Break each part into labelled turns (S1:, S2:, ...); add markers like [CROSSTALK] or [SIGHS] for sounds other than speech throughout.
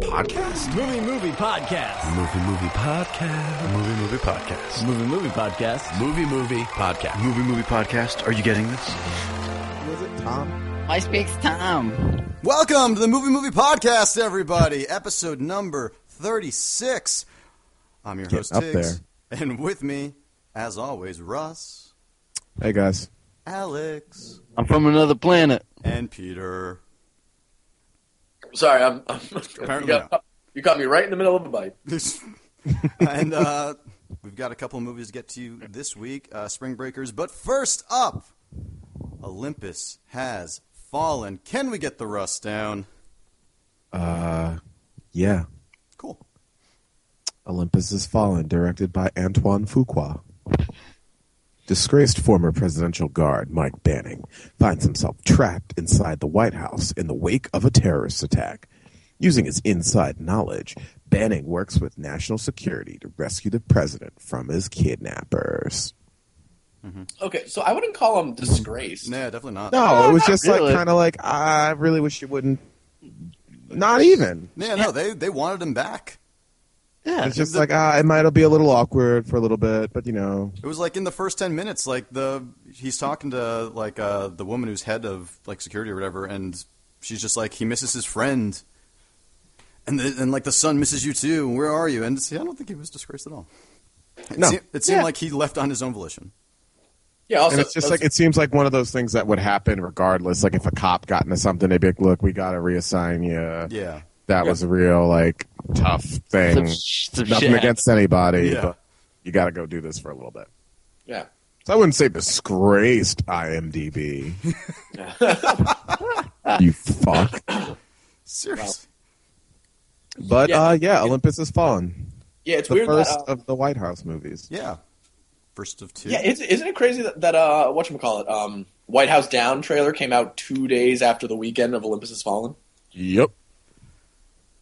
S1: podcast?
S2: Movie Movie Podcast.
S1: Movie movie podcast. Movie movie podcast.
S2: Movie Movie Podcast.
S1: Movie movie podcast.
S3: Movie Movie Podcast. Are you getting this?
S4: I speaks Tom.
S5: Welcome to the Movie Movie Podcast, everybody. Episode number 36. I'm your host,
S6: up
S5: Tiggs. And with me, as always, Russ,
S6: Hey guys.
S5: Alex,
S4: I'm from another planet.
S5: and Peter.
S7: Sorry, I'm. [LAUGHS] I'm you,
S5: Apparently
S7: got, you caught me right in the middle of a bite.
S5: [LAUGHS] and uh, we've got a couple of movies to get to you this week uh, Spring Breakers. But first up, Olympus has fallen. Can we get the Russ down?
S6: Uh, yeah.
S5: Cool.
S6: Olympus Has Fallen, directed by Antoine Fuqua. Disgraced former presidential guard Mike Banning finds himself trapped inside the White House in the wake of a terrorist attack. Using his inside knowledge, Banning works with national security to rescue the president from his kidnappers.
S7: Okay, so I wouldn't call him disgraced.
S5: No, definitely not.
S6: No, it was just
S4: Oh, really.
S6: like kind of like "Ah, I really wish you wouldn't. Not even.
S5: Yeah, no, they, they wanted him back.
S4: Yeah.
S6: It's just like ah, it might be a little awkward for a little bit, but you know,
S5: It was like in the first ten minutes, like the he's talking to like uh, the woman who's head of like security or whatever, and she's just like he misses his friend, and the, and like the son misses you too. and Where are you? And see, I don't think he was disgraced at all. It,
S6: No.
S5: seem- it seemed
S4: Yeah.
S5: like he left on his own volition.
S7: Yeah, also,
S6: and it's just
S7: that's-
S6: like it seems like one of those things that would happen regardless. Like if a cop got into something, they'd be like, "Look, we gotta reassign you."
S5: Yeah,
S6: That was a real like tough thing.
S4: some, sh- some
S6: Nothing
S4: shit.
S6: against anybody,
S5: Yeah.
S6: but you gotta go do this for a little bit.
S7: yeah.
S6: So I wouldn't say disgraced IMDb. [LAUGHS] you fuck.
S5: seriously.
S6: But
S7: Yeah.
S6: uh, yeah, Olympus has fallen.
S7: Yeah, it's
S6: the
S7: weird.
S6: first
S7: that, uh,
S6: of the White House movies.
S5: yeah, first of two.
S7: yeah, it's, isn't it crazy that, that uh, whatchamacallit, um, White House Down trailer came out two days after the weekend of Olympus Has Fallen?
S6: Yep.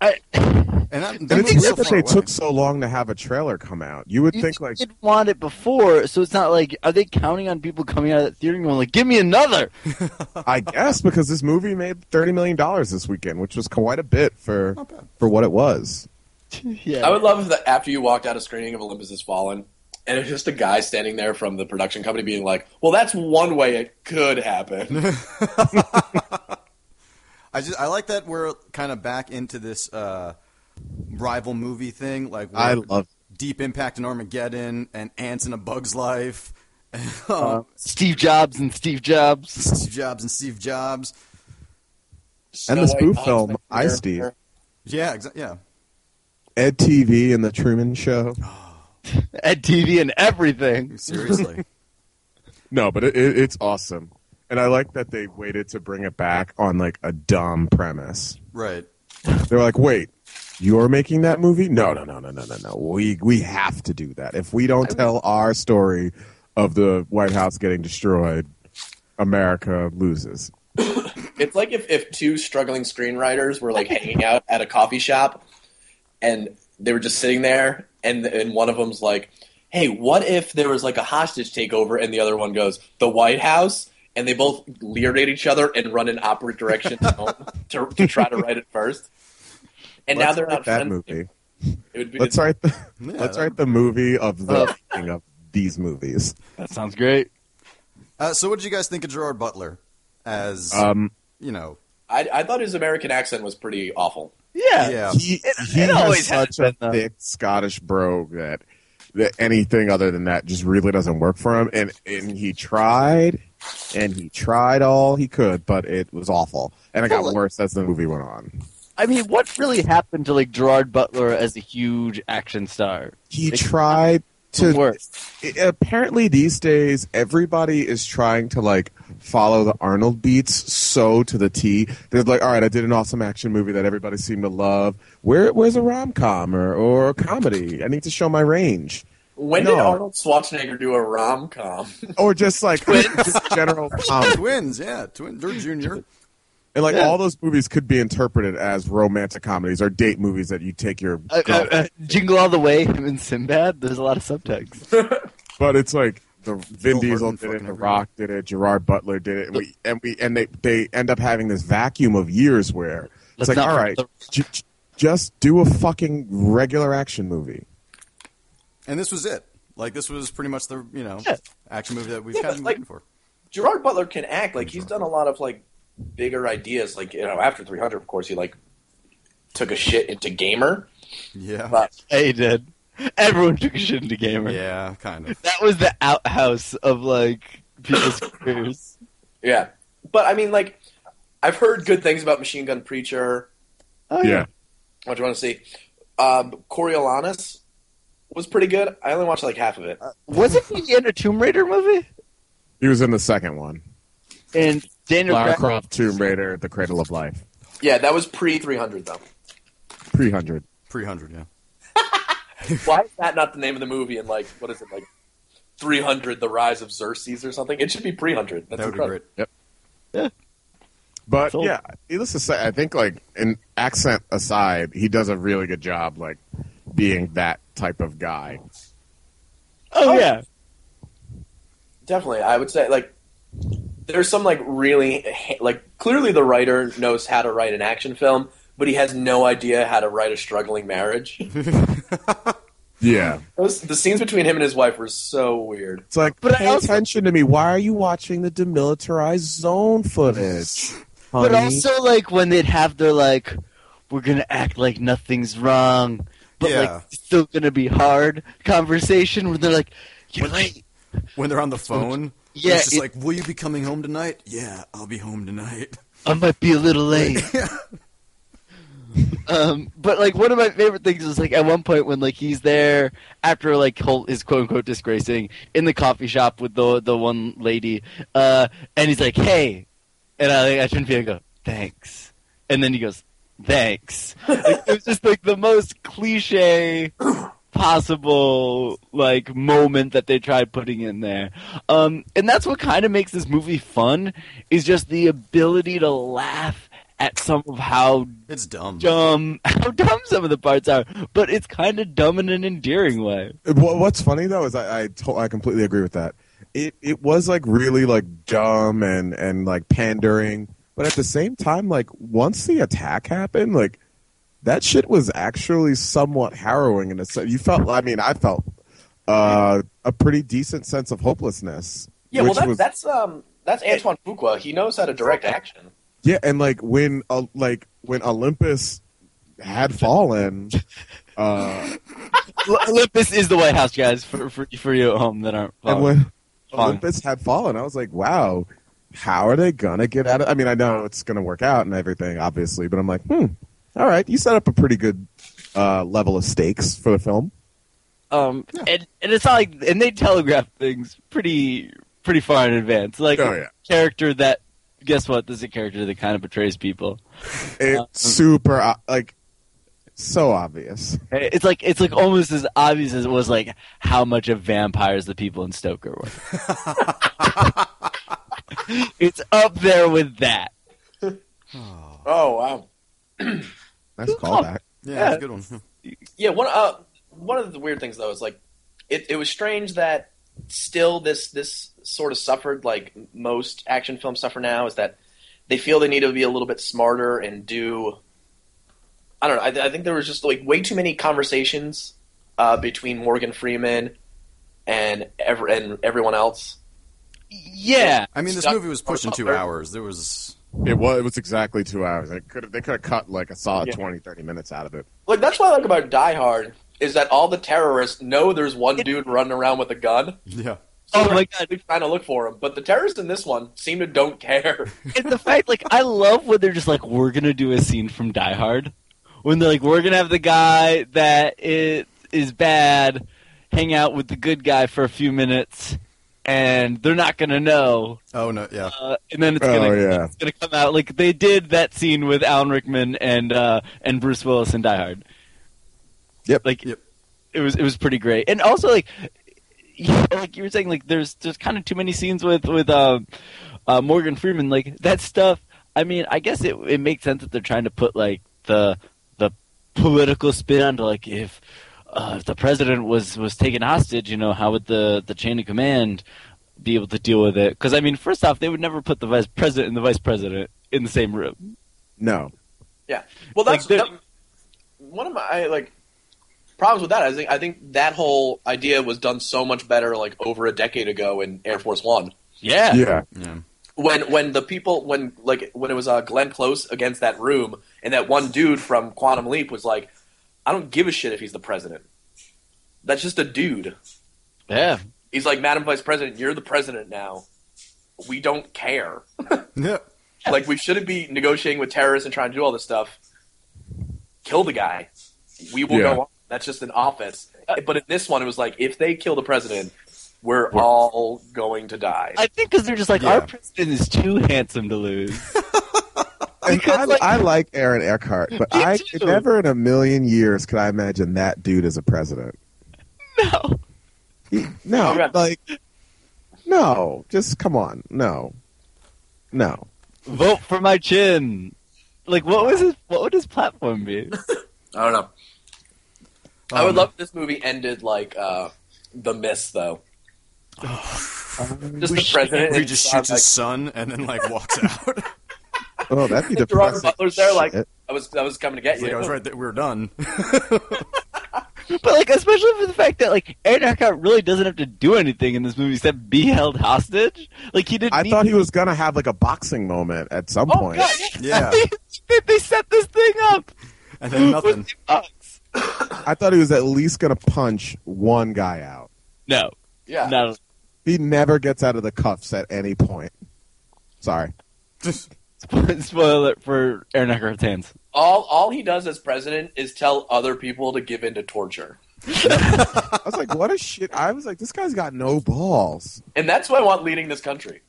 S5: and that, that
S6: And it's
S5: movie's
S6: weird
S5: so
S6: that
S5: far
S6: they
S5: away.
S6: took so long to have a trailer come out. You would
S4: You
S6: think like
S4: did want it before, so it's not like are they counting on people coming out of that theater and going like, "Give me another"?
S6: I guess because this movie made thirty million dollars this weekend, which was quite a bit for for what it was.
S4: yeah,
S7: I would love if that after you walked out of screening of Olympus Has Fallen, and it was just a guy standing there from the production company being like, well, that's one way it
S6: [LAUGHS]
S7: could happen.
S5: I just I like that we're kind of back into this uh, rival movie thing. Like
S6: I
S5: we're-
S6: love.
S5: Deep Impact and Armageddon and Ants in a Bug's Life,
S4: Uh, Steve Jobs and Steve Jobs.
S5: Steve Jobs and Steve Jobs.
S6: And
S7: Snow
S6: the spoof
S7: White,
S6: film,
S7: Hans
S6: I,
S7: Zimmer.
S6: Steve.
S5: Yeah, exa- yeah.
S6: Ed TV and the Truman Show.
S4: Ed TV and everything.
S5: Seriously,
S6: [GASPS] No, but it, it, it's awesome, and I like that they waited to bring it back on like a dumb premise.
S5: right?
S6: They were like, "Wait, you're making that movie? No, no, no, no, no, no, no. We we have to do that. If we don't tell our story of the White House getting destroyed, America loses."
S7: It's like if, if two struggling screenwriters were like hanging out at a coffee shop and they were just sitting there and and one of them's like, "Hey, what if there was like a hostage takeover?" and the other one goes, "The White House?" and they both leer at each other and run in opposite directions home to, to try to write it first. And now
S6: Let's
S7: they're not
S6: write that
S7: friends.
S6: movie.
S7: It would be,
S6: Let's write
S7: [LAUGHS]
S6: the
S5: Yeah,
S6: let's
S5: that-
S6: write the movie of the making of these movies.
S4: That sounds great.
S5: Uh, so, what did you guys think of Gerard Butler? As
S6: Um,
S5: you know,
S7: I, I thought his American accent was pretty awful.
S4: Yeah,
S6: [LAUGHS]
S5: yeah,
S6: he he
S4: it always
S6: has
S4: has
S6: such a
S4: been, though.
S6: thick Scottish brogue that that anything other than that just really doesn't work for him. And and he tried and he tried all he could, but it was awful. And it got
S4: Well,
S6: worse as the movie went on.
S4: I mean, what really happened to like Gerard Butler as a huge action star?
S6: He
S4: It-
S6: tried to
S4: work.
S6: i- apparently these days everybody is trying to like follow the Arnold beats so to the T. They're like, all right, I did an awesome action movie that everybody seemed to love. Where where's a rom com or, or a comedy? I need to show my range.
S7: When did
S6: No.
S7: Arnold Schwarzenegger do a rom com?
S6: Or just like [LAUGHS] just general comedy.
S5: Um, twins, yeah, twin, they're junior.
S6: And like all those movies could be interpreted as romantic comedies or date movies that you take your
S4: Uh, uh,
S6: girlfriend
S4: uh, Jingle all the way. Him and Sinbad. There's a lot of subtext.
S6: But it's like the Vin
S5: Harden
S6: Diesel
S5: fucking
S6: did it, The
S5: everywhere.
S6: Rock did it, Gerard Butler did it, and we and we and they they end up having this vacuum of years where
S4: Let's
S6: it's like,
S4: not
S6: all right,
S4: forget
S6: G- G- Just do a fucking regular action movie.
S5: And this was it. Like this was pretty much the you know
S8: Yeah.
S5: action movie that we've
S7: Yeah,
S5: kind of
S7: but,
S5: been
S7: like-
S5: waiting for.
S7: Gerard Butler can act. Like he's done a lot of like bigger ideas. Like you know, after 300, of course, he like took a shit into Gamer.
S5: Yeah,
S7: But
S8: They did. Everyone took a shit into gamer.
S5: yeah, kind of.
S8: That was the outhouse of like
S6: [LAUGHS]
S8: people's careers.
S7: yeah, but I mean, like I've heard good things about Machine Gun Preacher.
S8: Oh,
S7: What do you want to see? Um, Coriolanus was pretty good. I only watched like half of it.
S5: Uh.
S8: Wasn't he in a Tomb Raider movie?
S6: He was in the second one,
S8: And Daniel
S6: Lara
S8: Craig.
S6: Croft, Tomb Raider, The Cradle of Life,
S7: Yeah, that was pre 300 though.
S6: three hundred.
S5: Pre hundred, yeah.
S7: Why is that not the name of the movie? And like, what is it like? 300 The Rise of Xerxes or something? It should be pre 100. That's
S5: that would be
S7: incredible.
S5: great.
S6: But
S8: So-
S6: yeah, needless to say, I think like an accent aside, he does a really good job like being that type of guy.
S8: Oh yeah.
S7: Definitely. I would say like there's some like really like clearly the writer knows how to write an action film, but he has no idea how to write a
S6: [LAUGHS]
S7: struggling marriage.
S6: Yeah,
S7: Those, the scenes between him and his wife were so weird.
S6: it's like
S8: But I
S6: pay
S8: also-
S6: attention to me. Why are you watching the demilitarized zone footage?
S8: [LAUGHS] But
S6: honey?
S8: also like when they'd have their like we're gonna act like nothing's wrong, but
S5: Yeah.
S8: like it's still gonna be hard conversation where they're like, You're late.
S5: When they're on the phone,
S8: Yeah,
S5: it's just
S8: it-
S5: like, "Will you be coming home tonight?" Yeah, I'll be home tonight. [LAUGHS]
S8: I might be a little late. um, but like one of my favorite things is like at one point when like he's there after like whole, his quote unquote disgracing in the coffee shop with the the one lady, uh, and he's like, "Hey," and I like, I shouldn't be I go, "Thanks," and then he goes, "Thanks." like, it was just like the most cliche possible like moment that they tried putting in there um and that's what kind of makes this movie fun is just the ability to laugh at some of how
S5: It's dumb.
S8: dumb [LAUGHS] how dumb some of the parts are but it's kind of dumb in an endearing way
S6: Wha- What's funny though is I I, to- I completely agree with that. It it was like really like dumb and and like pandering, but at the same time, like once the attack happened, like that shit was actually somewhat harrowing. And you felt, I mean, I felt uh, a pretty decent sense of hopelessness.
S7: Yeah, well
S6: which
S7: that,
S6: was-
S7: that's um that's Antoine Fuqua. He knows how to direct action.
S6: Yeah, and like when uh, like when Olympus
S8: [LAUGHS]
S6: had fallen, uh,
S8: L- olympus is the white house guys for for, for you at home that aren't
S6: and
S8: following.
S6: when
S8: Fine.
S6: Olympus had fallen, I was like, wow, how are they gonna get out of? I mean, I know it's gonna work out and everything, obviously, but I'm like, hmm, all right, you set up a pretty good uh, level of stakes for the film.
S8: um and, and it's not like and they telegraph things pretty pretty far in advance like
S6: Oh, yeah.
S8: character that guess what this is a character that kind of betrays people
S6: It's
S8: mm.
S6: super uh, like so obvious.
S8: It's like it's like almost as obvious as it was like how much of vampires the people in Stoker were. it's up there with that.
S7: Oh wow.
S6: Nice callback.
S5: yeah, that's a good one.
S7: Yeah, one uh, one of the weird things though is like it, it was strange that still this this sort of suffered like most action films suffer now is that they feel they need to be a little bit smarter and do I don't know I, I think there was just like way too many conversations uh, between Morgan Freeman and ever and everyone else.
S8: Yeah,
S5: I mean, this
S7: Stuck-
S5: movie was pushing two hours. There was
S6: It was it was exactly two hours. It could they could have cut like a solid
S7: Yeah.
S6: twenty, thirty 20, 30 minutes out of it.
S7: Like that's what I like about Die Hard is that all the terrorists know there's one dude running around with a gun.
S5: yeah.
S8: Oh
S7: they're
S8: my God.
S7: actually Trying to look for him, but the terrorists in this one seem to don't care.
S8: and the fact like I love when they're just like we're gonna do a scene from Die Hard when they're like we're gonna have the guy that it is bad hang out with the good guy for a few minutes and they're not gonna know
S5: Oh no, yeah.
S8: uh, and then it's
S6: Oh,
S8: gonna
S6: yeah.
S8: it's gonna come out like they did that scene with Alan Rickman and uh, and Bruce Willis in Die Hard.
S6: Yep.
S8: like
S5: Yep.
S8: it was it was pretty great, and also like yeah, like you were saying, like there's there's kind of too many scenes with with um uh, Morgan Freeman, like that stuff. I mean, I guess it it makes sense that they're trying to put like the the political spin onto like if. Uh, if the president was, was taken hostage, you know, how would the, the chain of command be able to deal with it. Because I mean, first off, they would never put the vice president and the vice president in the same room.
S6: No,
S7: Well, that's
S8: Like,
S7: that,
S8: they're-
S7: one of my I, like problems with that. I think I think that whole idea was done so much better like over a decade ago in Air Force One.
S8: Yeah.
S6: Yeah.
S5: Yeah.
S7: When when the people when like when it was uh, Glenn Close against that room and that one dude from Quantum Leap was like, I don't give a shit if he's the president. That's just a dude.
S8: Yeah.
S7: He's like, Madam Vice President, you're the president now. We don't care.
S5: Yeah.
S7: Like we shouldn't be negotiating with terrorists and trying to do all this stuff. Kill the guy. We will
S6: Yeah.
S7: go on. That's just an offense. Uh, But in this one, it was like if they kill the president, we're all going to die.
S8: I think because they're just like
S5: Yeah.
S8: our president is too handsome to lose.
S6: And
S8: Because,
S6: I,
S8: like-
S6: I like Aaron Eckhart, but
S8: Me
S6: I
S8: too.
S6: could never in a million years could I imagine that dude as a president.
S8: no.
S6: He- no,
S7: Yeah.
S6: like, no, just come on, no, no.
S8: Vote for my chin. Like what was his what would his platform be?
S7: I don't know. I would
S5: Um,
S7: love if this movie ended like uh, the Mist, though. just the president.
S5: Where he
S7: and
S5: just
S7: he's on,
S5: shoots his son and then like walks out.
S6: Oh, that'd
S8: [LAUGHS]
S6: be
S7: like, [LAUGHS] Gerard
S6: depressing.
S7: Butler's there, like
S6: Shit.
S7: I was, I was coming to get
S5: It's like,
S7: you.
S5: I was right. That we were done.
S8: But like especially for the fact that like Aaron Eckhart really doesn't have to do anything in this movie except be held hostage. Like he didn't.
S6: I
S8: need
S6: thought he was gonna have like a boxing moment at some
S8: Oh
S6: point.
S8: god!
S5: Yeah.
S8: [LAUGHS] they, they set this thing up.
S5: And then
S8: [LAUGHS]
S5: nothing. [LAUGHS]
S8: With the box.
S6: I thought he was at least gonna punch one guy out.
S8: No,
S7: Yeah.
S8: not at all.
S6: He never gets out of the cuffs at any point. Sorry.
S8: Spo- [LAUGHS] Spoiler for Aaron Eckhart's hands.
S7: All, all he does as president is tell other people to give in to torture.
S6: I was like, what a shit. I was like, this guy's got no balls.
S7: And that's what I want leading this country.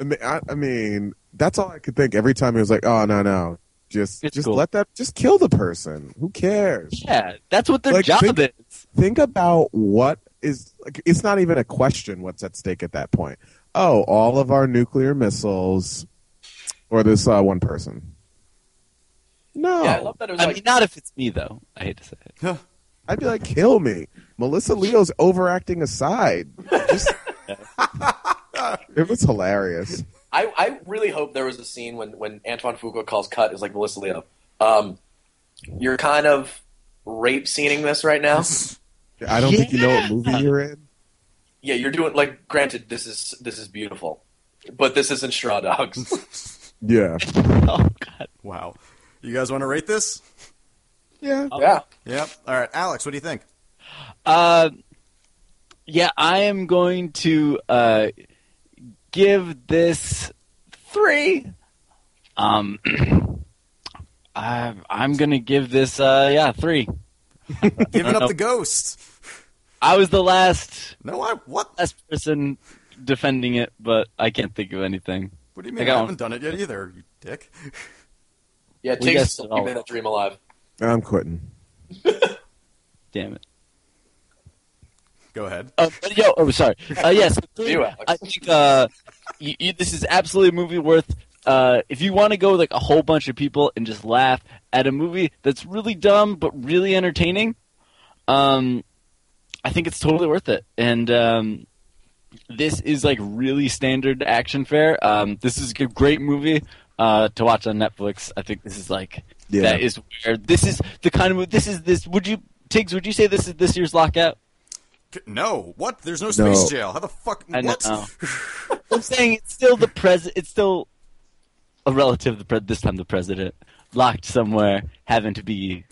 S6: I mean, I, I mean that's all I could think every time he was like, oh, no, no. Just,
S8: It's
S6: just
S8: cool.
S6: let that, just kill the person. Who cares?
S8: Yeah, that's what their
S6: Like,
S8: job
S6: think-
S8: is.
S6: Think about what is, like, it's not even a question what's at stake at that point. Oh, all of our nuclear missiles or this uh, one person. No.
S7: Yeah, I love that it was
S8: I
S7: like
S8: mean, not if it's me though. I hate to say it. [LAUGHS]
S6: I'd be like, kill me. Melissa Leo's overacting aside.
S8: [LAUGHS]
S6: Just, [LAUGHS] it was hilarious.
S7: I, I really hope there was a scene when, when Antoine Fuqua calls cut is like Melissa Leo. Um, you're kind of rape scening this right
S8: [LAUGHS]
S7: now.
S6: I don't think you know what movie you're in.
S7: yeah, you're doing like granted this is this is beautiful, but this isn't
S8: [LAUGHS]
S7: Straw Dogs. [LAUGHS]
S6: Yeah.
S8: Oh god.
S5: Wow. You guys want to rate this?
S6: Yeah.
S7: yeah,
S5: Yep. All right, Alex. What do you think?
S8: Uh, yeah, I am going to uh, give this three. Um, [CLEARS THROAT] I, I'm going to give this uh, yeah three. No,
S5: Giving up
S8: no.
S5: the ghost.
S8: I was the last
S5: No, I what?
S8: last person defending it, but I can't think of anything.
S5: What do you mean?
S8: I
S5: I,
S8: got
S5: haven't done it yet either. You dick. [LAUGHS]
S7: yeah. It
S8: We
S7: takes
S8: guessed
S7: to
S8: it all.
S7: keep that dream alive.
S6: I'm quitting.
S8: Damn it.
S5: Go ahead.
S8: Uh, but yo, oh, sorry. Uh, yes,
S7: You, Alex.
S8: I think uh, you, you, this is absolutely a movie worth. Uh, if you want to go with like a whole bunch of people and just laugh at a movie that's really dumb but really entertaining, um, I think it's totally worth it. And um, this is like really standard action fare. Um, this is a great movie uh, to watch on Netflix. I think this is like
S6: Yeah.
S8: that is where this is the kind of this is this. Would you Tiggs? Would you say this is this year's lockout?
S5: K- No. What? There's no space jail. How the fuck?
S8: I
S5: what? [LAUGHS]
S8: know. [LAUGHS] I'm saying it's still the pres. It's still a relative. of The pre- this time the president locked somewhere, having to be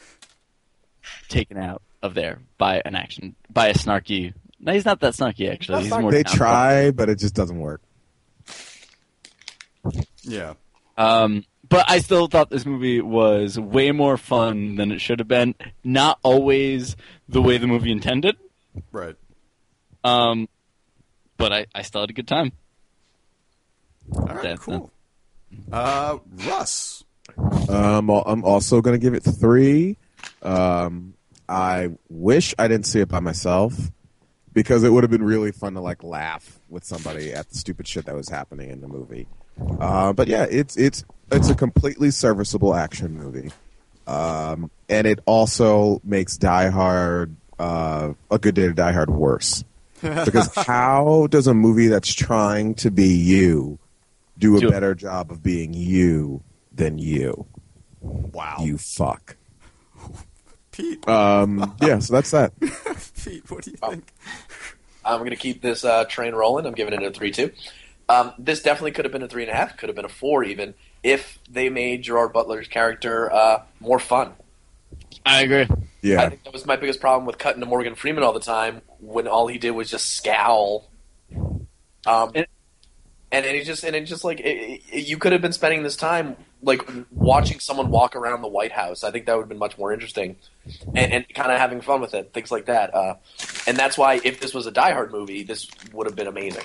S8: taken out of there by an action by a snarky. No, he's not that snarky actually. He's more
S6: They
S8: down.
S6: try, but it just doesn't work.
S5: Yeah.
S8: Um, but I still thought this movie was way more fun than it should have been. Not always the way the movie intended.
S5: Right.
S8: Um, but I, I still had a good time.
S5: All right.
S8: That's
S5: cool. Uh, Russ.
S6: Um, al- I'm also going to give it three. Um, I wish I didn't see it by myself because it would have been really fun to like laugh with somebody at the stupid shit that was happening in the movie. Uh, but yeah, it's it's it's a completely serviceable action movie, um, and it also makes Die Hard uh, a good day to Die Hard worse because how does a movie that's trying to be you do a
S8: Do it.
S6: better job of being you than you?
S5: Wow.
S6: You fuck.
S5: Pete,
S6: Um, yeah, so that's that.
S5: Pete, what do you
S7: Oh.
S5: think?
S7: I'm going to keep this uh, train rolling. I'm giving it a three two. Um, this definitely could have been a three and a half. Could have been a four even if they made Gerard Butler's character uh, more fun.
S8: I agree.
S6: Yeah.
S7: I think that was my biggest problem with cutting to Morgan Freeman all the time when all he did was just scowl. Um, and,
S8: And-
S7: and it just and it just like it, it, you could have been spending this time like watching someone walk around the White House. I think that would have been much more interesting, and, and kind of having fun with it, things like that. Uh, and that's why if this was a Die Hard movie, this would have been amazing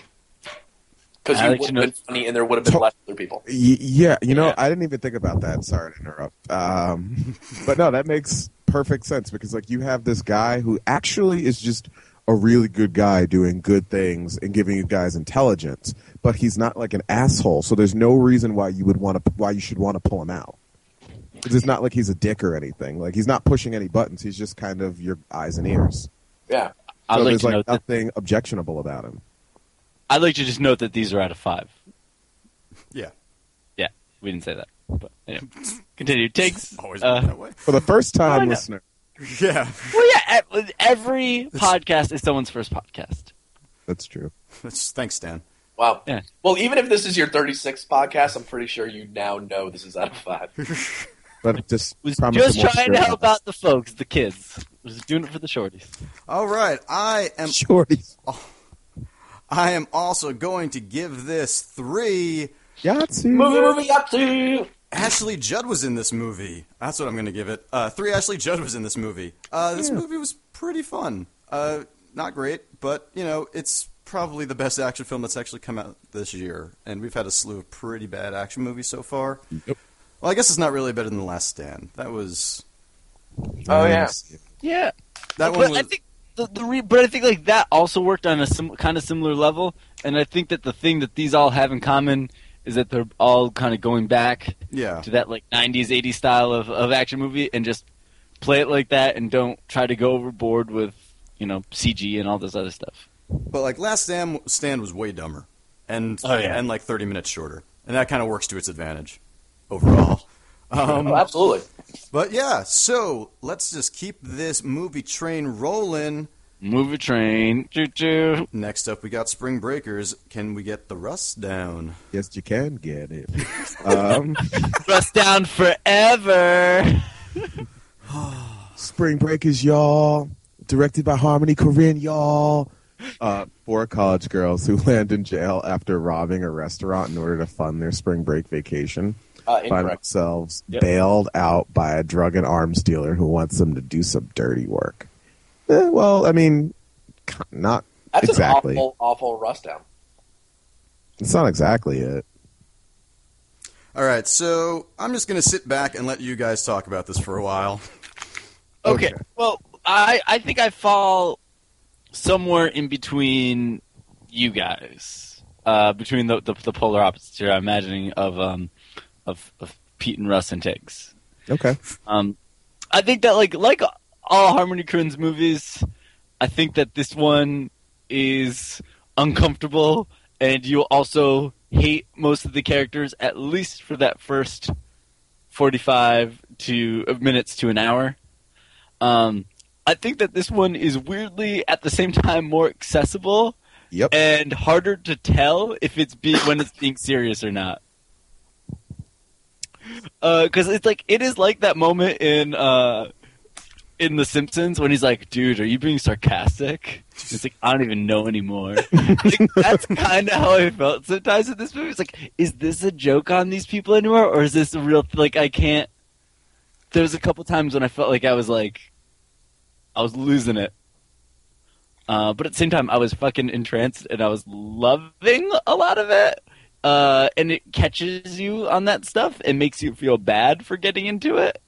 S7: because you
S8: Alex,
S7: would have
S8: you know-
S7: been funny, and there would have been
S6: To-
S7: less other people.
S6: Y- yeah, you know,
S7: Yeah.
S6: I didn't even think about that. Sorry to interrupt. Um, but no, that makes perfect sense because like you have this guy who actually is just a really good guy doing good things and giving you guys intelligence, but he's not like an asshole. So there's no reason why you would want to why you should want to pull him out. 'Cause It's not like he's a dick or anything. Like he's not pushing any buttons. He's just kind of your eyes and ears.
S7: Yeah,
S8: I'd
S6: So
S8: like
S6: there's
S8: to note
S6: like
S8: that,
S6: nothing objectionable about him.
S8: I'd like to just note that these are out of five.
S5: Yeah,
S8: Yeah, we didn't say that, but anyway. [LAUGHS] continue. Takes
S5: [LAUGHS] always
S8: uh,
S5: been that way.
S6: For the first
S8: I
S6: time,
S8: know.
S6: listener.
S5: Yeah,
S8: well, yeah. e- Every podcast is someone's first podcast.
S6: That's true.
S5: That's- thanks, Dan.
S7: wow.
S8: Yeah.
S7: Well, even if this is your 36th podcast, I'm pretty sure you now know this is out of five.
S6: But just
S8: Was
S6: promise
S8: just
S6: him we'll
S8: trying
S6: figure
S8: to
S6: it
S8: help out the folks, the kids. Was doing it for the shorties.
S5: All right, I am.
S6: Shorties.
S5: I am also going to give this three.
S6: Yahtzee.
S7: Movie, movie up to.
S5: Ashley Judd was in this movie. That's what I'm going to give it. Uh, three Ashley Judd was in this movie. Uh, this movie was pretty fun. Uh, not great, but you know, it's probably the best action film that's actually come out this year. And we've had a slew of pretty bad action movies so far. Well, I guess it's not really better than The Last Stand. That was
S7: Oh yeah.
S8: Yeah,
S5: that
S8: but
S5: one
S8: I
S5: was
S8: think the, the re- but I think like that also worked on a sim- kind of similar level, and I think that the thing that these all have in common is that they're all kind of going back
S5: yeah.
S8: to that like '90s, '80s style of, of action movie, and just play it like that, and don't try to go overboard with you know CG and all this other stuff.
S5: But like Last Stand, Stand was way dumber, and
S8: Oh, yeah.
S5: and like 30 minutes shorter, and that kind of works to its advantage overall. Um,
S7: Oh, absolutely.
S5: But yeah, so let's just keep this movie train rolling.
S8: Movie train, choo choo.
S5: Next up, we got Spring Breakers. Can we get the rust down?
S6: Yes, you can get it. Um,
S8: Rust down forever.
S6: Spring Breakers, y'all. Directed by Harmony Korine, y'all. Uh, four college girls who [LAUGHS] land in jail after robbing a restaurant in order to fund their spring break vacation
S7: Uh,
S6: find
S7: incorrect.
S6: themselves
S8: Yep.
S6: bailed out by a drug and arms dealer who wants them to do some dirty work. Eh, well, I mean, ki- not
S7: That's
S6: exactly.
S7: an awful, awful rust down.
S6: It's not exactly it.
S5: All right, so I'm just going to sit back and let you guys talk about this for a while.
S8: Okay.
S6: Okay.
S8: Well, I I think I fall somewhere in between you guys, uh, between the, the the polar opposites here. I'm imagining of um of, of Pete and Russ and Tiggs.
S6: Okay.
S8: Um, I think that like like all Harmony Korine's movies, I think that this one is uncomfortable, and you also hate most of the characters at least for that first forty-five to uh, minutes to an hour. Um, I think that this one is weirdly at the same time more accessible
S6: Yep.
S8: and harder to tell if it's being when it's being serious or not. Because it's like it is like that moment in uh, in The Simpsons when he's like, "Dude, are you being sarcastic?" It's like I don't even know anymore. Like, that's kind of how I felt sometimes in this movie. It's like, is this a joke on these people anymore, or is this a real? Like, I can't. There was a couple times when I felt like I was like, I was losing it. Uh, but at the same time, I was fucking entranced and I was loving a lot of it. Uh, and it catches you on that stuff and makes you feel bad for getting into it.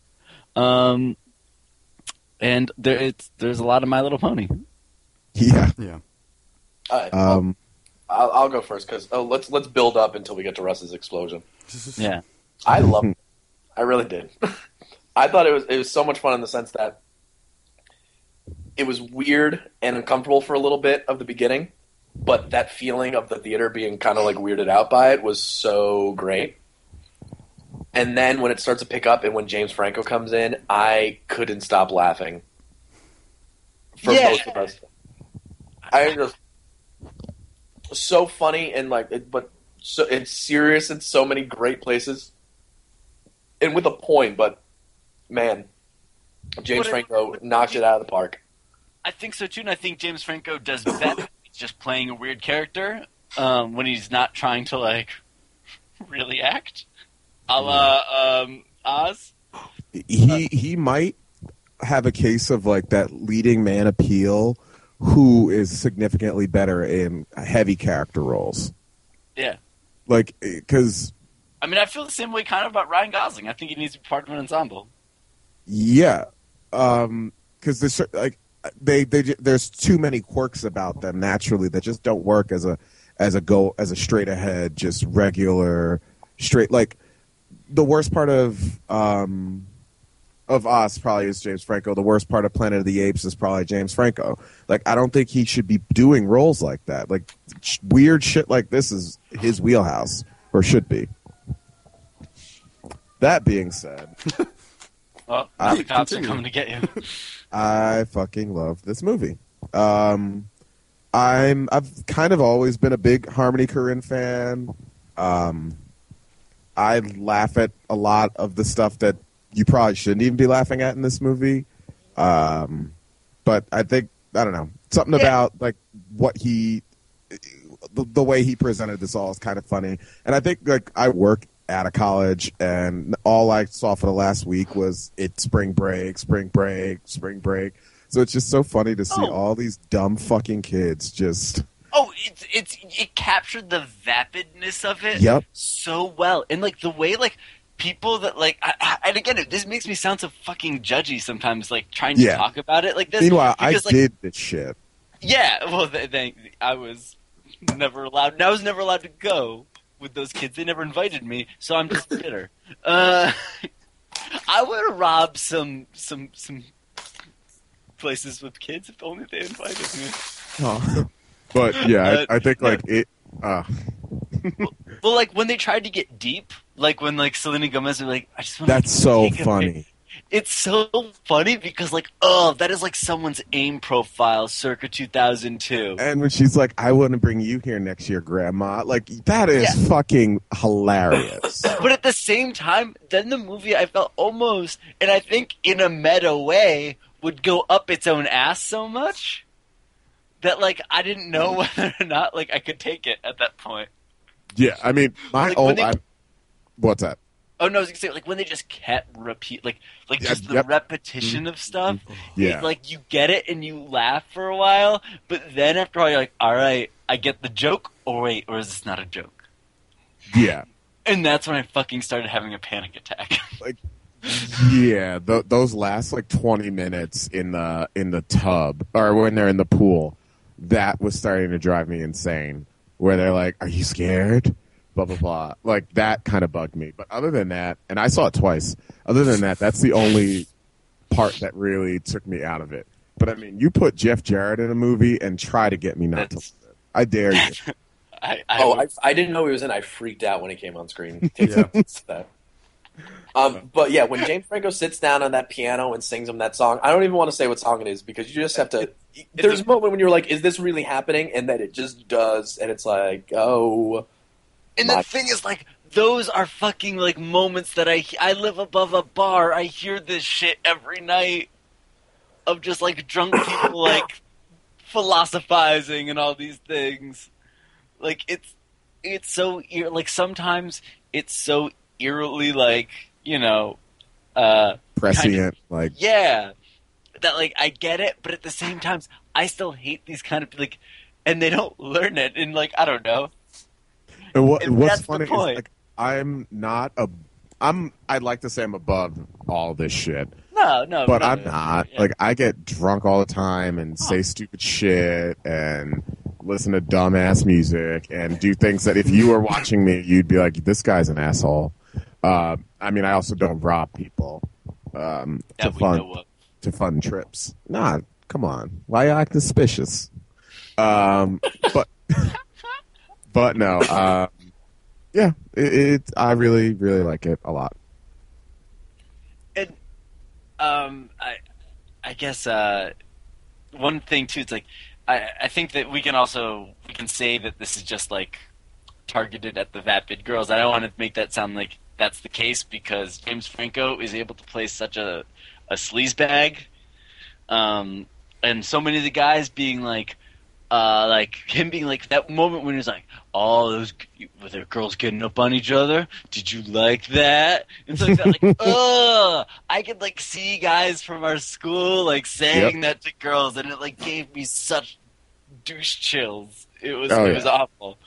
S8: Um, and there, it's there's a lot of My Little Pony.
S6: [LAUGHS] yeah.
S5: Yeah.
S7: All right, well,
S6: Um,
S7: I'll, I'll go first because oh, let's let's build up until we get to Russ's explosion.
S8: Yeah,
S7: I loved it. I really did. I thought it was it was so much fun in the sense that it was weird and uncomfortable for a little bit of the beginning, but that feeling of the theater being kind of like weirded out by it was so great. And then when it starts to pick up and when James Franco comes in, I couldn't stop laughing. For
S4: Yeah.
S7: most of us. I just so funny and like it, but so it's serious in so many great places. And with a point, but man, James
S8: What-
S7: Franco knocked it out of the park.
S8: I think so too, and I think James Franco does better. when he's just playing a weird character um, when he's not trying to like [LAUGHS] really act, a la um, Oz.
S6: he he might have a case of like that leading man appeal who is significantly better in heavy character roles
S8: Yeah.
S6: like because
S8: I mean, I feel the same way kind of about Ryan Gosling. I think he needs to be part of an ensemble.
S6: yeah um because there's cer- like they they ju- there's too many quirks about them naturally that just don't work as a as a go as a straight ahead just regular straight like the worst part of um of Oz probably is James Franco. The worst part of Planet of the Apes is probably James Franco. Like I don't think he should be doing roles like that. Like sh- weird shit like this is his wheelhouse or should be. That being said,
S8: Well, now
S6: Uh,
S8: Oh, the cops
S5: continue.
S8: are coming to get
S6: [LAUGHS]
S8: you.
S6: I fucking love this movie. Um, I'm I've kind of always been a big Harmony Korine fan. Um, I laugh at a lot of the stuff that you probably shouldn't even be laughing at in this movie. Um, but I think I don't know something about like what he, the, the way he presented this all is kind of funny. And I think like I work out of college, and all I saw for the last week was it spring break, spring break, spring break. So it's just so funny to see
S8: Oh.
S6: all these dumb fucking kids just.
S8: Oh, it's it's it captured the vapidness of it
S6: Yep.
S8: so well, and like the way like people that like I, I, and again this makes me sound so fucking judgy sometimes, like trying to
S6: Yeah.
S8: talk about it like this.
S6: Meanwhile, I
S8: because, like,
S6: did this shit.
S8: Yeah, well, th- thank I was never allowed. and I was never allowed to go with those kids. They never invited me, so I'm just
S6: [LAUGHS]
S8: bitter. Uh, I would have robbed some some some places with kids if only they invited me.
S6: But yeah,
S8: Uh,
S6: I, I think like it. Uh,
S8: Well, like when they tried to get deep, like when like Selena Gomez was like, I just want
S6: that's so funny.
S8: It's so funny because like, oh, that is like someone's aim profile circa 2002.
S6: And when she's like, "I want to bring you here next year, Grandma," like that is fucking hilarious.
S8: But at the same time, then the movie I felt almost, and I think in a meta way, would go up its own ass so much that like I didn't know [LAUGHS] whether or not like I could take it at that point.
S6: yeah, I mean, my
S8: Like, when
S6: old.
S8: they-
S6: I, what's that?
S8: Oh no, I was gonna say like when they just kept repeat like like
S6: Yeah,
S8: just the
S6: yep. Mm-hmm.
S8: repetition of stuff.
S6: Yeah.
S8: it, like you get it and you laugh for a while, but then after a while you're like, all right, I get the joke. Or wait, or is this not a joke?
S6: Yeah,
S8: And that's when I fucking started having a panic attack. [LAUGHS]
S6: yeah. Th- those last like twenty minutes in the in the tub or when they're in the pool, that was starting to drive me insane. Where they're like, "Are you scared?" Blah blah blah. Like that kind of bugged me. But other than that, and I saw it twice. Other than that, that's the only part that really took me out of it. But I mean, you put Jeff Jarrett in a movie and try to get me not
S8: That's-
S6: to. I dare you.
S8: I, I
S7: Oh, I, I didn't know he was in. I freaked out when he came on screen.
S5: Yeah.
S7: So. Um, but yeah, when James Franco sits down on that piano and sings him that song, I don't even want to say what song it is because you just have to. There's a moment when you're like, "Is this really happening?" and then it just does, and it's like, "Oh,
S8: And the
S7: My-
S8: thing is, like, those are fucking like moments that I I live above a bar. I hear this shit every night of just like
S6: [LAUGHS]
S8: drunk people like philosophizing and all these things. Like it's it's so eer- like sometimes it's so eerily like you know uh
S6: Prescient, like
S8: yeah that like i get it but at the same time i still hate these kind of like and they don't [LAUGHS] learn it and like i don't know
S6: And what,
S8: And
S6: what's
S8: that's the
S6: funny is
S8: point.
S6: like I'm not a I'm I'd like to say I'm above all this shit,
S8: no no
S6: but
S8: no,
S6: I'm
S8: no.
S6: not.
S8: Yeah.
S6: Like I get drunk all the time and say stupid shit and listen to dumbass music and do things that if you were watching me, you'd be like, "This guy's an asshole." Uh, I mean, I also don't rob people um, to
S8: that we
S6: fund
S8: know of.
S6: to fun trips. Nah, come on. Why you act suspicious? Um, but [LAUGHS] but no. Um, yeah, it, it. I really really like it a lot.
S8: um, I, I guess uh, one thing too. It's like I, I think that we can also we can say that this is just like targeted at the vapid girls. I don't want to make that sound like that's the case because James Franco is able to play such a a sleazebag, um, and so many of the guys being like. Uh, like him being like that moment when he was like, "All those were the girls getting up on each other? Did you like that?" And so like, like ugh, I could like see guys from our school like saying that to girls, and it like gave me such douche chills. It was
S9: Oh,
S8: it
S9: yeah.
S8: was awful.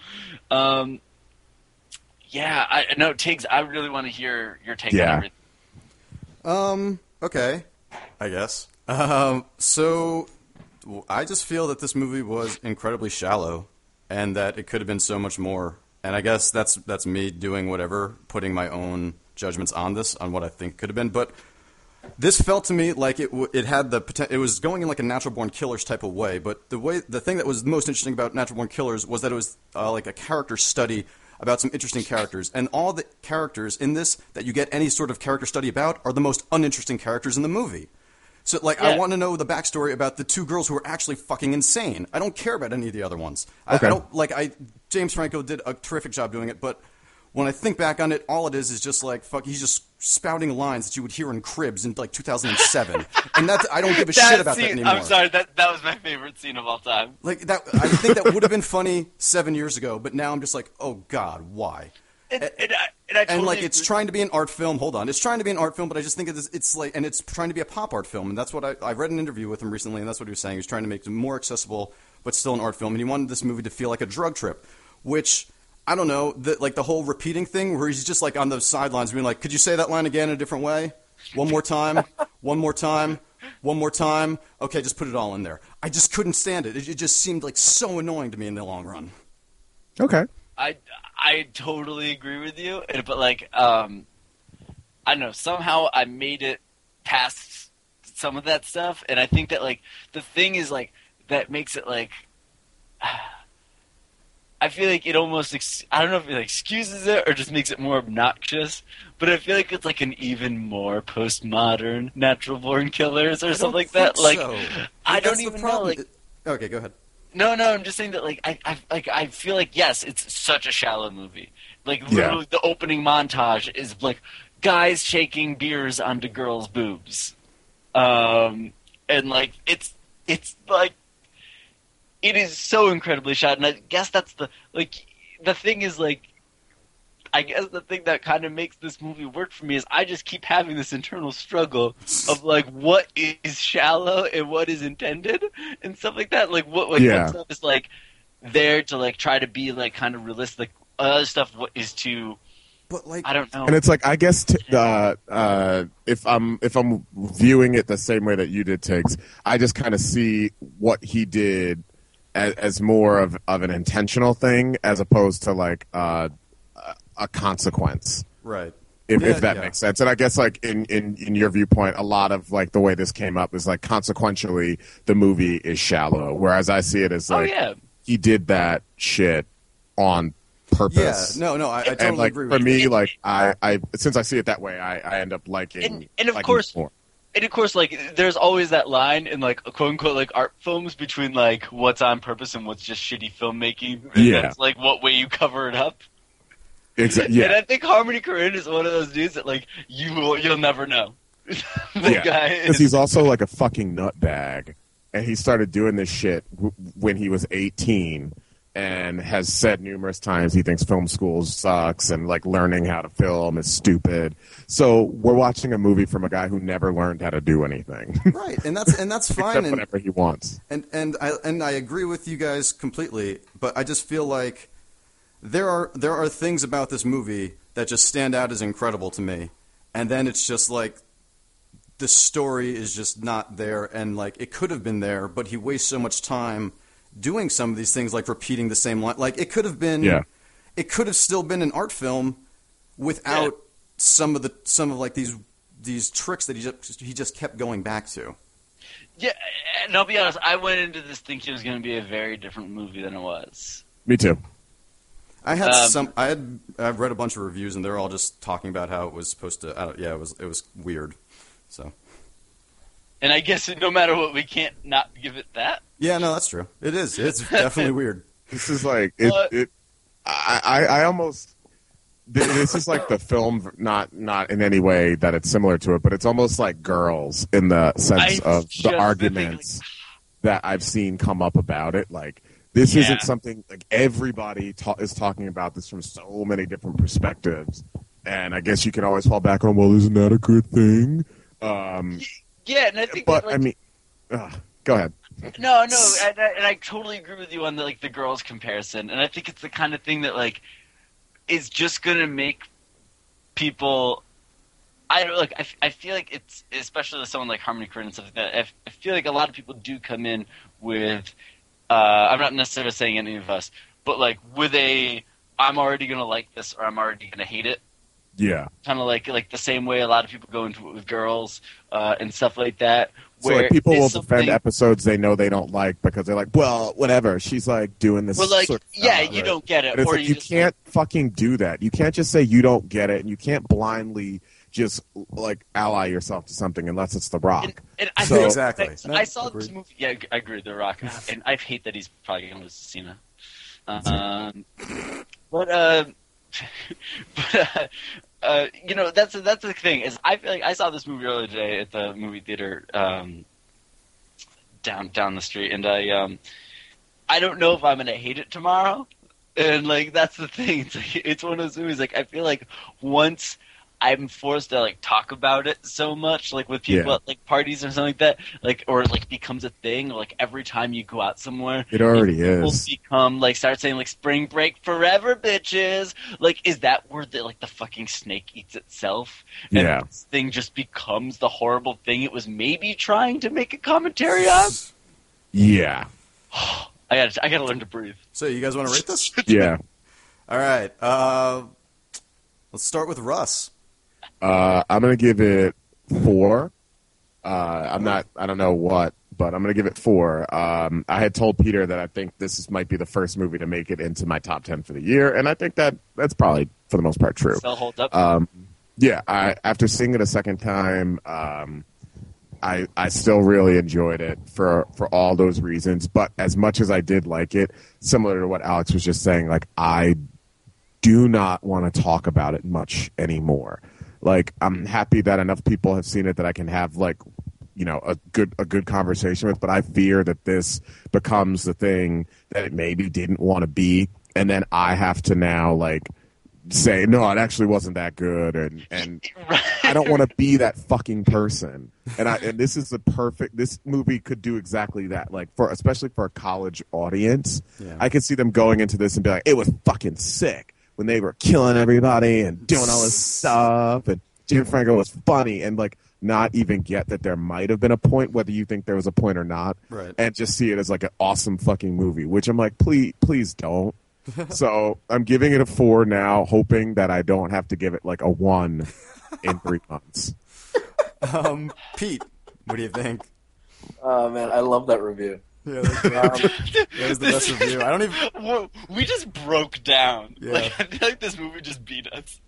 S8: Um, yeah, I no Tiggs. I really want to hear your take on
S6: Yeah.
S8: everything.
S5: Um. Okay. I guess. Um. So, w- I just feel that this movie was incredibly shallow, and that it could have been so much more. And I guess that's that's me doing whatever, putting my own judgments on this, on what I think could have been. But this felt to me like it w- it had the poten- it was going in like a natural born killers type of way but the way the thing that was most interesting about natural born killers was that it was uh, like a character study about some interesting characters and all the characters in this that you get any sort of character study about are the most uninteresting characters in the movie so like I
S8: Yeah.
S5: want to know the backstory about the two girls who are actually fucking insane. I don't care about any of the other ones. I, I don't like I James Franco did a terrific job doing it, but when I think back on it, all it is is just like fuck. He's just spouting lines that you would hear in Cribs in like
S8: [LAUGHS]
S5: 2007, and that I don't give a shit
S8: That
S5: about that
S8: scene-
S5: anymore.
S8: I'm sorry. That that was my favorite scene of all time.
S5: Like that, I think that would have been funny seven years ago, but now I'm just like, oh god, why?
S8: And, and I, and I totally
S5: and like it's
S8: agree.
S5: trying to be an art film. Hold on, it's trying to be an art film, but I just think it's, it's like, and it's trying to be a pop art film, and that's what I, I read an interview with him recently, and that's what he was saying. He was trying to make it more accessible, but still an art film, and he wanted this movie to feel like a drug trip, which I don't know, the, like the whole repeating thing where he's just like on the sidelines being like, "Could you say that line again in a different way? One more time, one more time." One more time. Okay, just put it all in there. I just couldn't stand it. It, it just seemed like so annoying to me in the long run.
S6: Okay.
S8: I I totally agree with you, and- but like um, I don't know. Somehow I made it past some of that stuff, and I think that like the thing is like that makes it like [SIGHS] I feel like it almost ex- I don't know if it excuses it or just makes it more obnoxious, but I feel like it's like an even more postmodern natural born killers or
S5: I don't
S8: something like that.
S5: think
S8: Like
S5: so.
S8: I
S5: That's
S8: don't
S5: the
S8: even know
S5: problem.
S8: like.
S5: okay, go ahead.
S8: No, no, I'm just saying that like I, I like I feel like yes, it's such a shallow movie. Like literally the opening montage is like guys shaking beers onto girls' boobs. Um and like it's it's like it is so incredibly shot and I guess that's the like the thing is like I guess the thing that kind of makes this movie work for me is I just keep having this internal struggle of like what is shallow and what is intended and stuff like that. Like what like
S6: Yeah.
S8: what stuff is like there to like try to be like kind of realistic. Other stuff what is to
S5: But like,
S8: I don't know.
S6: And it's like I guess t- uh, uh, if I'm if I'm viewing it the same way that you did, Tiggs, I just kind of see what he did as, as more of, of an intentional thing as opposed to like uh, a- a consequence.
S5: right.
S6: If,
S5: Yeah,
S6: if that
S5: yeah.
S6: makes sense, and I guess like in, in in your viewpoint, a lot of like the way this came up is like consequentially the movie is shallow, whereas I see it as
S8: oh
S6: like
S8: yeah.
S6: he did that shit on
S5: Yeah,
S6: purpose.
S5: no, no, I, I totally
S6: and like
S5: agree
S6: for
S5: with you.
S6: me, like I, I since I see it that way, I, I end up liking
S8: And- and of
S6: liking
S8: course-
S6: it more.
S8: And of course like there's always that line in like quote unquote like art films between like what's on purpose and what's just shitty filmmaking. And
S6: Yeah.
S8: That's like what way you cover it up.
S6: Exactly.
S8: [LAUGHS] And
S6: Yeah,
S8: I think Harmony Korine is one of those dudes that like you will you'll never know. [LAUGHS] the
S6: Yeah.
S8: guy
S6: because
S8: is
S6: he's also like a fucking nutbag, and he started doing this shit w- when he was eighteen, and has said numerous times he thinks film school sucks and like learning how to film is stupid. So we're watching a movie from a guy who never learned how to do anything [LAUGHS]
S5: right, and that's and that's fine,
S6: except
S5: and,
S6: whatever he wants.
S5: and and I and I agree with you guys completely. But I just feel like there are there are things about this movie that just stand out as incredible to me, and then it's just like the story is just not there, and like it could have been there, but he wastes so much time doing some of these things, like repeating the same line. Like it could have been,
S6: Yeah.
S5: it could have still been an art film without some of the some of like these these tricks that he just he just kept going back to.
S8: Yeah, and I'll be honest. I went into this thinking it was going to be a very different movie than it was.
S6: Me too.
S5: I had
S8: Um,
S5: some. I had. I've read a bunch of reviews, and they're all just talking about how it was supposed to. I don't, yeah, it was. It was weird. So
S8: And I guess no matter what, we can't not give it that.
S5: Yeah, no, that's true. It is. It's definitely weird.
S6: This is like it.
S8: What?
S6: it I, I I almost th- this is like the film, not not in any way that it's similar to it, but it's almost like girls in the sense
S8: I
S6: of
S8: just
S6: the
S8: think,
S6: arguments that I've seen come up about it. Like this
S8: Yeah.
S6: isn't something like everybody ta- is talking about this from so many different perspectives, and I guess you can always fall back on, well, isn't that a good thing? Um,
S8: Yeah, and I think
S6: but
S8: that, like,
S6: I mean, ugh, go ahead.
S8: No, no, and I, and I totally agree with you on the, like the girls comparison, and I think it's the kind of thing that like is just gonna make people. I don't like. I, f- I feel like it's especially with someone like Harmony Korine and stuff like that. I, f- I feel like a lot of people do come in with. Uh, I'm not necessarily saying any of us, but like with a, I'm already gonna like this or I'm already gonna hate it
S6: Yeah.
S8: kind of like like the same way a lot of people go into it with girls uh, and stuff like that.
S6: So
S8: Where
S6: like people
S8: it's
S6: will
S8: something-
S6: defend episodes they know they don't like because they're like, well, whatever. She's like doing this.
S8: Well, like
S6: sort of
S8: yeah,
S6: genre."
S8: you don't get it,
S6: And it's
S8: or
S6: like,
S8: you,
S6: you
S8: just-
S6: can't fucking do that. You can't just say you don't get it, and you can't blindly just like ally yourself to something unless it's The Rock.
S8: And, and I
S6: So-
S8: think-
S5: Exactly.
S8: I,
S5: No,
S8: I saw this
S5: agreed.
S8: movie. Yeah, I agree. The Rock, and I hate that he's probably going to lose to Cena. Um, but uh, [LAUGHS] but uh, uh, you know, that's that's the thing is I feel like I saw this movie earlier today at the movie theater um, down down the street, and I um, I don't know if I'm going to hate it tomorrow. And like that's the thing. [LAUGHS] It's, like, it's one of those movies. Like I feel like once I'm forced to like talk about it so much, like with people
S6: Yeah.
S8: at like parties or something like that, like or like becomes a thing. Or, like every time you go out somewhere,
S6: It already
S8: will
S6: is.
S8: become like start saying like spring break forever, bitches. Like is that word that like the fucking snake eats itself? And
S6: Yeah.
S8: this thing just becomes the horrible thing it was maybe trying to make a commentary on. [LAUGHS]
S6: Yeah.
S8: I got to I got to learn to breathe.
S5: So you guys want to rate this?
S6: Yeah.
S5: All right. Uh, let's start with Russ.
S6: Uh, I'm gonna give it four. Uh, I'm not. I don't know what, but I'm gonna give it four. Um, I had told Peter that I think this is, might be the first movie to make it into my top ten for the year, and I think that that's probably for the most part true.
S8: Still hold up. [LAUGHS]
S6: Um, yeah, I, after seeing it a second time, um, I I still really enjoyed it for for all those reasons. But as much as I did like it, similar to what Alex was just saying, like I do not want to talk about it much anymore. Like I'm happy that enough people have seen it that I can have like you know a good a good conversation with. But I fear that this becomes the thing that it maybe didn't want to be, and then I have to now like say no, it actually wasn't that good, and and I don't want to be that fucking person. And I and this is the perfect. This movie could do exactly that. Like for especially for a college audience,
S5: Yeah.
S6: I could see them going into this and be like, it was fucking sick when they were killing everybody and doing all this stuff, and Jim Franco was funny, and like not even get that there might have been a point, whether you think there was a point or not,
S5: Right.
S6: and just see it as like an awesome fucking movie. Which I'm like, please,
S5: [LAUGHS]
S6: please don't. so I'm giving it a four now, hoping that I don't have to give it like a one in three months.
S5: Um, Pete, what do you think?
S7: Oh man, I love that review.
S5: Yeah, that's great.
S7: Um,
S5: that was the best review. I don't even.
S8: [LAUGHS] Whoa, we just broke down.
S5: Yeah.
S8: Like, [LAUGHS] I feel like this movie just beat us.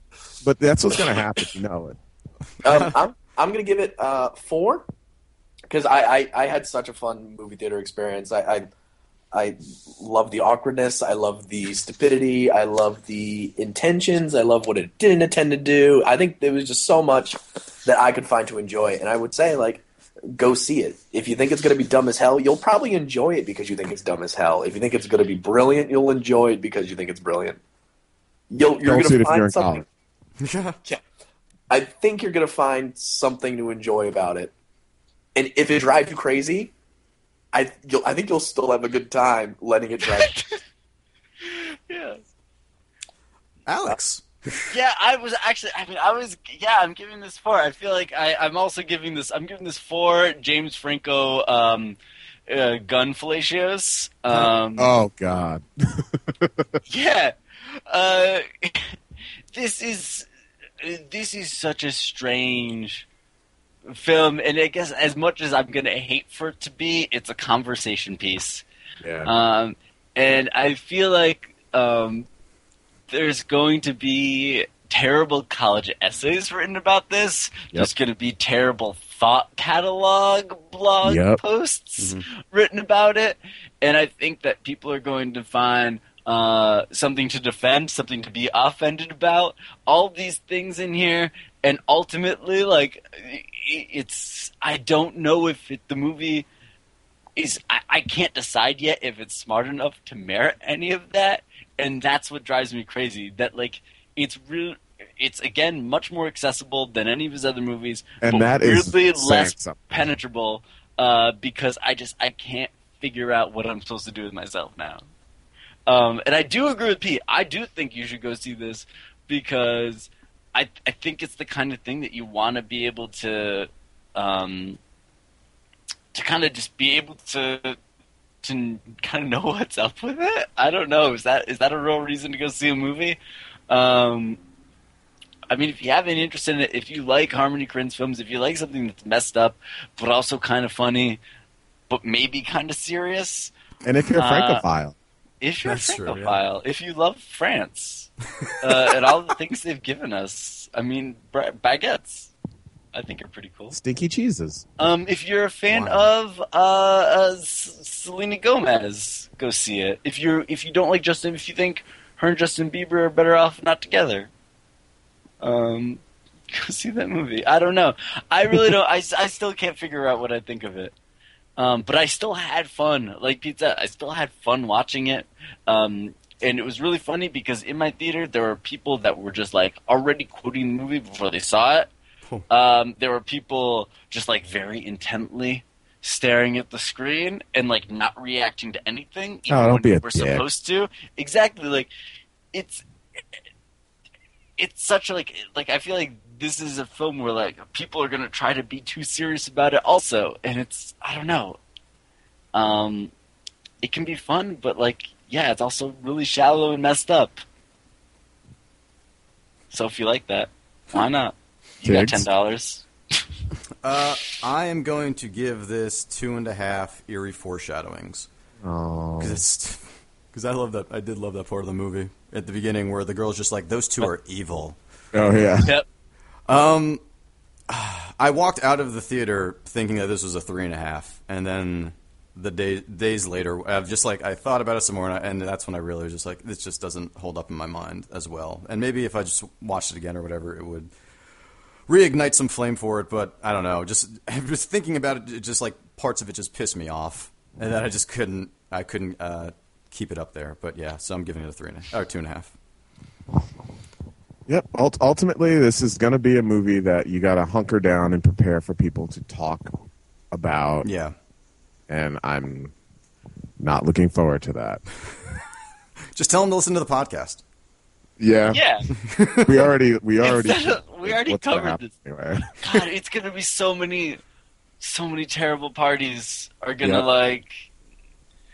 S6: But that's what's gonna happen, you know it.
S7: [LAUGHS] um, I'm I'm gonna give it uh, four because I, I I had such a fun movie theater experience. I I, I love the awkwardness. I love the stupidity. I love the intentions. I love what it didn't intend to do. I think there was just so much that I could find to enjoy, and I would say like. Go see it. If you think it's going to be dumb as hell, you'll probably enjoy it because you think it's dumb as hell. If you think it's going to be brilliant, you'll enjoy it because you think it's brilliant. You'll you're
S6: Don't
S7: going
S6: see it
S7: to
S6: if you're
S7: find
S6: in
S7: something
S6: college.
S7: I think you're gonna find something to enjoy about it, and if it drives you crazy, I you'll, I think you'll still have a good time letting it drive. you.
S8: Yeah.
S5: Alex.
S8: Yeah, I was actually. I mean, I was. Yeah, I'm giving this four. I feel like I, I'm also giving this. I'm giving this four James Franco um, uh, gun fellatios. Um,
S6: Oh God.
S8: [LAUGHS] yeah. Uh, [LAUGHS] this is this is such a strange film, and I guess as much as I'm gonna hate for it to be, it's a conversation piece.
S6: Yeah.
S8: Um, and I feel like um, there's going to be terrible college essays written about this.
S4: Yep.
S8: There's going to be terrible thought catalog blog
S6: Yep. Mm-hmm.
S8: posts written about it. And I think that people are going to find uh, something to defend, something to be offended about. All these things in here. And ultimately, like, i- i- it's. I don't know if it, the movie is I, I can't decide yet if it's smart enough to merit any of that, and that's what drives me crazy. That like it's real. It's again much more accessible than any of his other movies,
S6: And
S8: but
S6: that is
S8: weirdly
S6: saying
S8: less
S6: something.
S8: penetrable uh, because I just I can't figure out what I'm supposed to do with myself now. Um, and I do agree with Pete. I do think you should go see this because I I think it's the kind of thing that you want to be able to um, to kind of just be able to to kind of know [LAUGHS] what's up with it. I don't know. Is that is that a real reason to go see a movie? Um, I mean, if you have any interest in it, if you like Harmony Korine's films, if you like something that's messed up but also kind of funny, but maybe kind of serious,
S6: And if you're a
S8: Uh,
S6: francophile,
S8: if you're
S5: That's
S8: a
S5: true, yeah.
S8: Francophile, if you love France uh, and all the things they've given us, I mean, bra- baguettes, I think are pretty cool.
S6: stinky cheeses.
S8: Um, if you're a fan
S5: Wow.
S8: of uh, uh, S- Selena Gomez, go see it. If you if you don't like Justin, if you think her and Justin Bieber are better off not together, um, [LAUGHS] go see that movie. I don't know. I really don't. I, s- I still can't figure out what I think of it. Um, but I still had fun. Like pizza, I still had fun watching it. Um, and it was really funny because in my theater there were people that were just like already quoting the movie before they saw it. Um, there were people just like very intently staring at the screen and like not reacting to anything, even
S6: Oh, don't
S8: when
S6: be a
S8: we were
S6: dick.
S8: supposed to. Exactly, like it's it's such a, like like I feel like this is a film where like people are gonna try to be too serious about it also, and it's I don't know. Um, it can be fun, but like yeah, it's also really shallow and messed up. So if you like that, why not? You got ten
S6: Tiggs?
S8: dollars.
S5: Uh, I am going to give this two and a half eerie foreshadowings
S6: Oh,
S5: [LAUGHS] because because I love that. I did love that part of the movie at the beginning where the girl's just like, "Those two are evil."
S6: oh yeah.
S8: Yep.
S5: Um, I walked out of the theater thinking that this was a three and a half, and then the day, days later, I've just like I thought about it some more, and, I, and that's when I realized just like this just doesn't hold up in my mind as well. And maybe if I just watched it again or whatever, it would reignite some flame for it. But I don't know. Just [LAUGHS] just thinking about it, it just like parts of it just pissed me off, and then I just couldn't. I couldn't uh, keep it up there. But yeah, so I'm giving it a three and a, or two and a half.
S6: Yep. Ult- ultimately, this is going to be a movie that you got to hunker down and prepare for people to talk about.
S5: Yeah,
S6: And I'm not looking forward to that.
S5: just tell them to listen to the podcast.
S6: Yeah.
S8: Yeah.
S6: We already we already
S8: Instead of- we already
S6: what's gonna
S8: covered
S6: happen anyway.
S8: God, it's gonna be so many, so many terrible parties are gonna
S6: Yeah.
S8: like.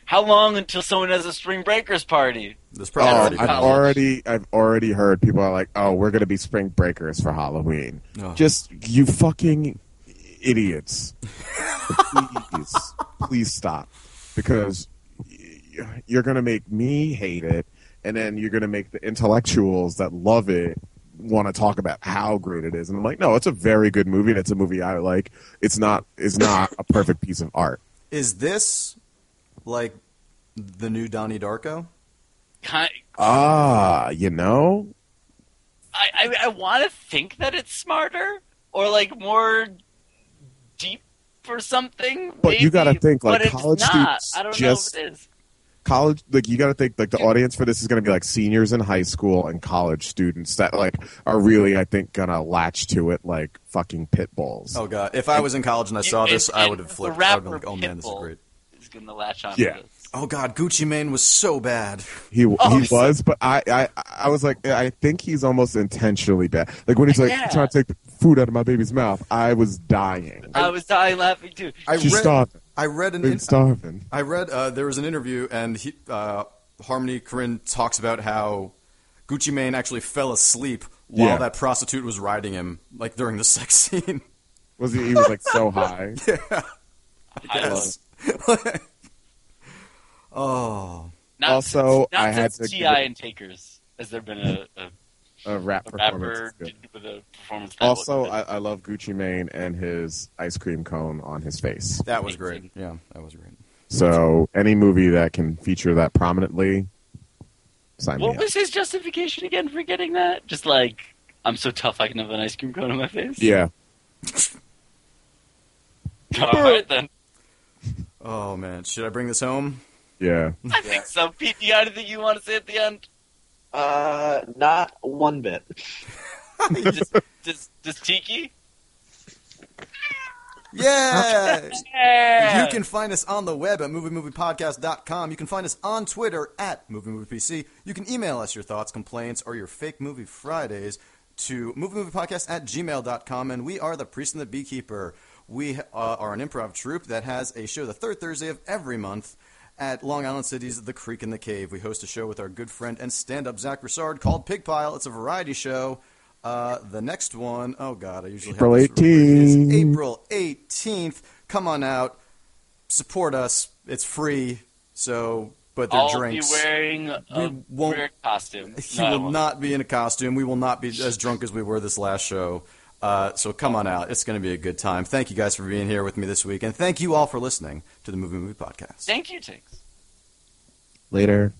S8: How long until someone has a spring breakers party?
S5: This probably already
S6: Oh, I've
S5: been-
S6: already I've already heard people are like, "Oh, we're going to be spring breakers for Halloween."
S5: Oh.
S6: Just you fucking idiots. please, please stop because y- you're going to make me hate it and then you're going to make the intellectuals that love it want to talk about how great it is. And I'm like, "No, it's a very good movie. and It's a movie I like. It's not it's not a perfect piece of art."
S5: Is this like the new Donnie Darko?
S8: Kind,
S6: Ah, you know?
S8: I, I, I want to think that it's smarter or like more deep or something.
S6: But you
S8: maybe,
S6: gotta think, like,
S8: but it's
S6: college
S8: not.
S6: students
S8: I don't
S6: just-
S8: know if it is.
S6: college like you got to think like the audience for this is going to be like seniors in high school and college students that like are really i think going to latch to it like fucking pit bulls
S5: Oh god! If I was in college and I saw
S8: And-
S5: this, I
S8: and
S5: would have
S8: the
S5: flipped. I would have been
S8: rapper
S5: like, "Oh man, this is
S8: Pitbull
S5: great."
S8: Is gonna latch on.
S6: Yeah.
S8: To this.
S5: Oh god, Gucci Mane was so bad.
S6: he
S8: Oh,
S6: he
S8: so-
S6: was but I, I i was like i think he's almost intentionally bad like when he's like
S8: Yeah.
S6: trying to take food out of my baby's mouth i was dying
S8: I was dying laughing too.
S5: I
S6: she's
S5: read.
S6: starving
S5: I read an.
S6: been starving
S5: I read uh, there was an interview, and he, uh, Harmony Korine talks about how Gucci Mane actually fell asleep while
S6: Yeah.
S5: that prostitute was riding him, like during the [LAUGHS] sex scene.
S6: was he, he was
S8: [LAUGHS]
S6: like so high
S8: I love it.
S5: yes. [LAUGHS] oh
S8: Not
S6: Also,
S8: since, not
S6: I had
S8: since
S6: to
S8: Ti
S6: give it-
S8: and Takers has there been a, a
S6: a rap
S8: The
S6: performance.
S8: rapper
S6: is good.
S8: did- with a performance. that
S6: Also,
S8: looked
S6: I, I love Gucci Mane and his ice cream cone on his face.
S5: That was great. Yeah, that was great.
S6: So any movie that can feature that prominently, sign
S8: good.
S6: me
S8: What
S6: up.
S8: was his justification again for getting that? Just like I'm so tough, I can have an ice cream cone on my face.
S6: Yeah,
S8: All right then.
S5: Oh man, should I bring this home?
S6: yeah.
S8: I think [LAUGHS] so. Pete, you got anything you want to say at the end?
S7: Uh, not one bit.
S8: Just, just, just Tiki.
S5: Yeah.
S8: Yeah.
S5: You can find us on the web at moviemoviepodcast.com. You can find us on Twitter at moviemoviepc. You can email us your thoughts, complaints, or your fake movie Fridays to moviemoviepodcast at gmail.com. And we are the Priest and the Beekeeper. We uh, are an improv troupe that has a show the third Thursday of every month at Long Island City's The Creek in the Cave. We host a show with our good friend and stand-up Zach Broussard called Pig Pile. It's a variety show. Uh, the next one, oh God, I usually
S6: April
S5: have this remembered. It's
S6: 18th.
S5: April 18th. Come on out support us. It's free. So, but they're
S8: I'll
S5: drinks.
S8: be
S5: [LAUGHS]
S8: wearing a
S5: We won't-
S8: weird costume.
S5: He
S8: No, I
S5: will
S8: won't.
S5: not be in a costume. We will not be as drunk as we were this last show. Uh, so come on out. It's going to be a good time. Thank you guys for being here with me this week, and thank you all for listening to the Movie Movie Podcast.
S8: Thank you, Tinks.
S6: Later.